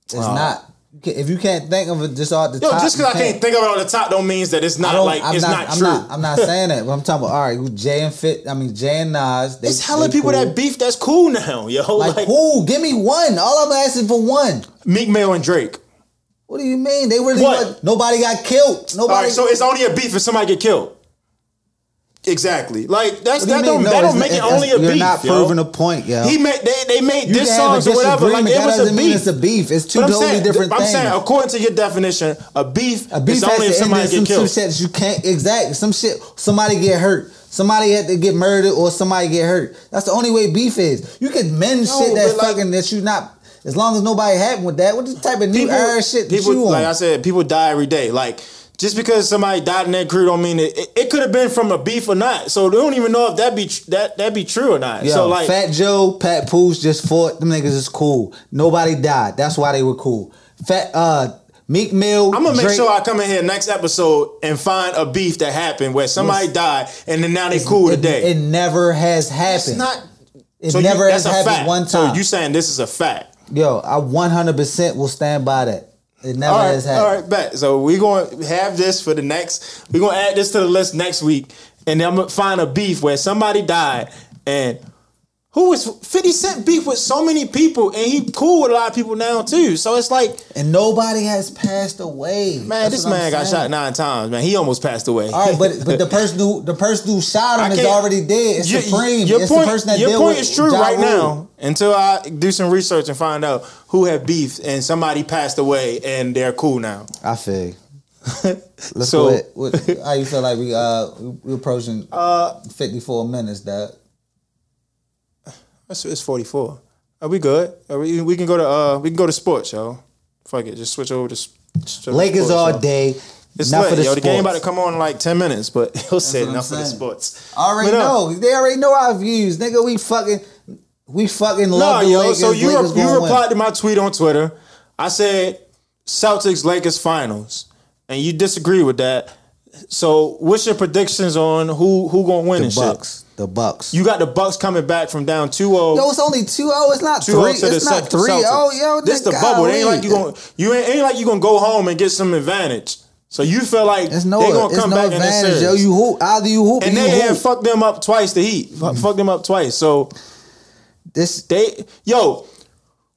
It's not. You can't- If you can't think of it just off the yo, top, just you because I can't think of it on the top, don't means that it's I not don't- like I'm it's not, not, I'm true. Not, I'm not saying that, but I'm talking about all right. who Jay and Fit. I mean Jay and Nas. They, it's hella they people cool. that beef that's cool now, yo. Like, like, who? Give me one. All I'm asking for one. Meek Mill and Drake. What do you mean? They really What? what? Nobody got killed. Nobody. All right, so it's only a beef if somebody get killed. Exactly. Like that's What do that you mean? don't No, that it's don't make not- it it's- only a You're beef. not yo. proving a point, yo. He made they they made You this can have songs a or whatever. Like disagreement. it That was a doesn't mean beef. it's a beef. It's two But I'm totally saying- different I'm things. saying according to your definition, a beef, A beef is only if has to end somebody in some get two killed. sets you can't exactly some shit somebody get hurt. Somebody had to get murdered or somebody get hurt. That's the only way beef is. You can mend shit but that like- fucking that you not As long as nobody happy with that, what the type of new era shit that people, you like on? I said, people die every day. Like just because somebody died in that crew don't mean it. It, it could have been from a beef or not. So they don't even know if that be tr- that that be true or not. Yo, so like Fat Joe, Pat Poose just fought. Them niggas is cool. Nobody died. That's why they were cool. Fat uh Meek Mill. I'm gonna make Drake- sure I come in here next episode and find a beef that happened where somebody died and then now they cool it, today. It never has happened. it's not. it so you- never that's has a happened fact. one So time. you saying this is a fact? Yo, I 100% will stand by that. It never All right, has happened. all right, bet. So we're gonna have this for the next. We're gonna add this to the list next week, and I'm gonna find a beef where somebody died, and who was 50 Cent beef with so many people, and he cool with a lot of people now too. So it's like, And nobody has passed away. man, That's this what I'm man got saying. shot nine times, man. He almost passed away. All right, but but the person who the person who shot I him is can't- already dead. It's Your- supreme. Your it's point, the person that your deal point with is true Ja right Rule. now. Until I do some research and find out who had beef and somebody passed away and they're cool now. I feel. you. Let's So- so, what, how you feel like we uh we- we approaching Uh, fifty four minutes, That It's, it's 44. Are we good? Are we, we can go to uh we can go to sports, yo. Fuck it, just switch over to s- s- Lakers sports, all yo. day. It's not lit, for the yo. The game about to sports. come on in like 10 minutes, but he'll say what I'm enough for the saying. sports. I already But, uh, know. They already know our views, nigga. We fucking we fucking No, love the yo. Lakers. so you Lakers re- you gonna win. replied to my tweet on Twitter. I said Celtics Lakers finals, and you disagree with that. So what's your predictions on who who gonna win the and shit? Bucks. The Bucks. You got the Bucks coming back from down oh. 2-0. Yo, it's only 2-0. It's not 2-0 3. to the It's not Oh, Celt- 3-0. Celtics. Yo, this the nigga, bubble. It ain't like you golly. gonna you ain't, ain't like you gonna go home and get some advantage. So you feel like There's no, they gonna it's come no back in this advantage, series. yo. You hoop, either you hoop, or and you they had hoop. fucked them up twice. The Heat Fu- fucked them up twice. So This they yo,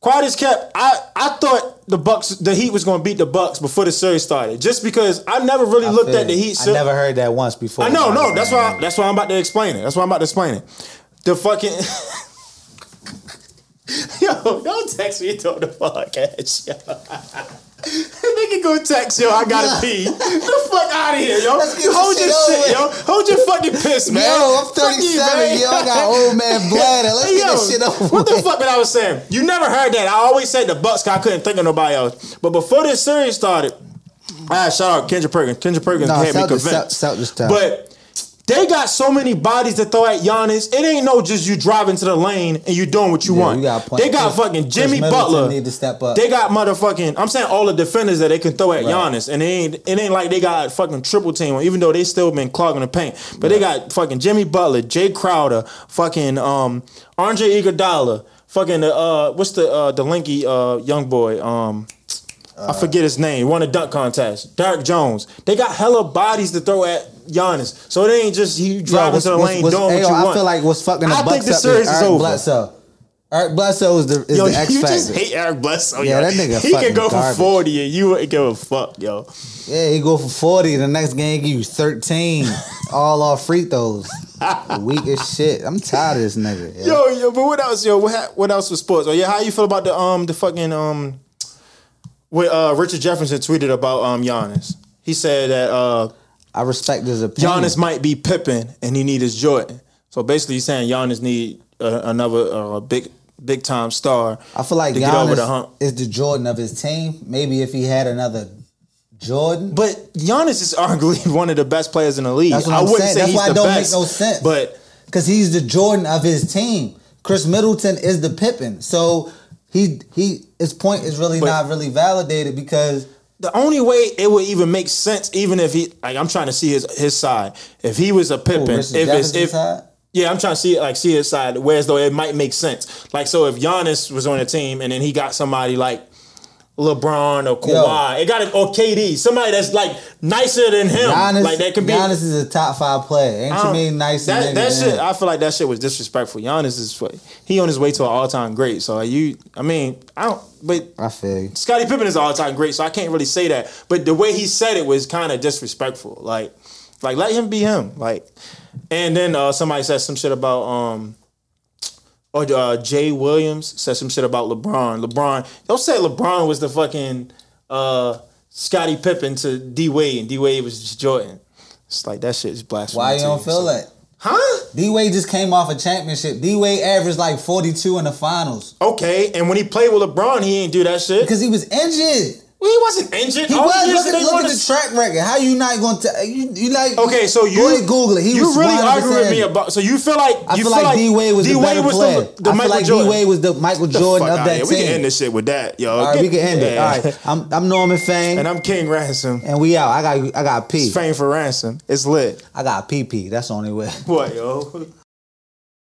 quiet as kept. I I thought the Bucks, the Heat was gonna beat the Bucks before the series started, just because I never really I looked feel at the it. Heat. I ser- never heard that once before. I know, no. That's why. That's why I'm about to explain it. That's why I'm about to explain it. The fucking. Yo, don't text me during the podcast, yo. Nigga, go text, yo. I gotta pee. the fuck out of here, yo. Let's get this Hold shit your shit, over yo. Hold your fucking piss, man. Yo, I'm Fuck you, 37, man. yo. I got old man bladder. Let's get this shit over What the with. fuck that I was saying? You never heard that. I always said the Bucks. 'cause I couldn't think of nobody else. But before this series started, ah, shout out Kendra Perkins. Kendra Perkins No, had me Celtics- convinced. Cel- Celtics tough. But they got so many bodies to throw at Giannis. It ain't no just you driving to the lane and you doing what you Yeah, want. you gotta point- they got Chris- fucking Chris Jimmy Middleton Butler. need to step up. They got motherfucking. I'm saying all the defenders that they can throw at Uh, Right. Giannis, and it ain't it ain't like they got fucking triple team. Even though they still been clogging the paint, but they got fucking Jimmy Butler, Jay Crowder, fucking um Andre Iguodala, fucking uh what's the uh the lanky uh young boy um. Uh, I forget his name. Won a dunk contest. Derek Jones. They got hella bodies to throw at Giannis, so it ain't just you Yo, driving what's- to the what's- lane what's- doing what hey, you yo, want. I feel like what's fucking the I think Bucks the up series is Eric over. Bledsoe. Eric Bledsoe is the, is Yo, the X you factor. just hate Eric Bledsoe. Yeah, yo. that nigga He fucking can go garbage. for forty, and you wouldn't give a fuck, yo. Yeah, he go for 40. The next game, he give you 13. all off free throws. Weak as shit. I'm tired of this nigga. yo. Yo, yo, but what else, yo? What ha- what else was sports? Oh yeah, how you feel about the um the fucking um what uh Richard Jefferson tweeted about um Giannis? He said that uh I respect his opinion. Giannis might be Pippin and he need his Jordan. So basically, he's saying Giannis need uh, another uh, big big time star. I feel like to Giannis get over the hump. is the Jordan of his team. Maybe if he had another Jordan, But Giannis is arguably one of the best players in the league. That's what I I'm wouldn't saying. say That's he's why it the don't make best, no sense. But because he's the Jordan of his team. Chris Middleton is the Pippin, so he he his point is really But- not really validated because the only way it would even make sense, even if he like, I'm trying to see his his side. If he was a Ooh, Pippin, Richard if it's Jefferson's if high? yeah, I'm trying to see it like see his side. Whereas though it might make sense. Like so, if Giannis was on the team and then he got somebody like. LeBron or Kawhi, it got or KD, somebody that's like nicer than him, Giannis, like that can be. Giannis is a top five player. Ain't I you don't- mean nice? That, nigga that than shit, him? I feel like that shit was disrespectful. Giannis is he on his way to an all time great. So you, I mean, I don't. But I feel you. Scottie Pippen is an all time great, so I can't really say that. But the way he said it was kind of disrespectful. Like, like let him be him. Like, and then uh, somebody said some shit about um. Or uh, Jay Williams said some shit about LeBron. LeBron, don't say LeBron was the fucking uh, Scottie Pippen to D Wade, and D Wade was Jordan. It's like that shit is blasphemy. Why you to don't me, feel so. that? Huh? D Wade just came off a championship. D Wade averaged like 42 in the finals Okay, and when he played with LeBron, he didn't do that shit. because he was injured. Well, he wasn't injured. He All was. years Look, that at, they look won at the track record. How you not going to? You, you like? Okay, so you go ahead Google it. He you was really 100% arguing with me injured. about. So you feel like I you feel like D Wade was the D-Wade better was player. The, the I feel Michael like Jordan. D Wade was the Michael Get the Jordan fuck of outta that here. team. We can end this shit with that, yo. All right, Get- we can end it. Yeah. All right, I'm I'm Norman Fane, And and, I'm King Ransom. we out. I got I got pee. Fame for ransom. It's lit. I got PP. That's the only way. What, yo?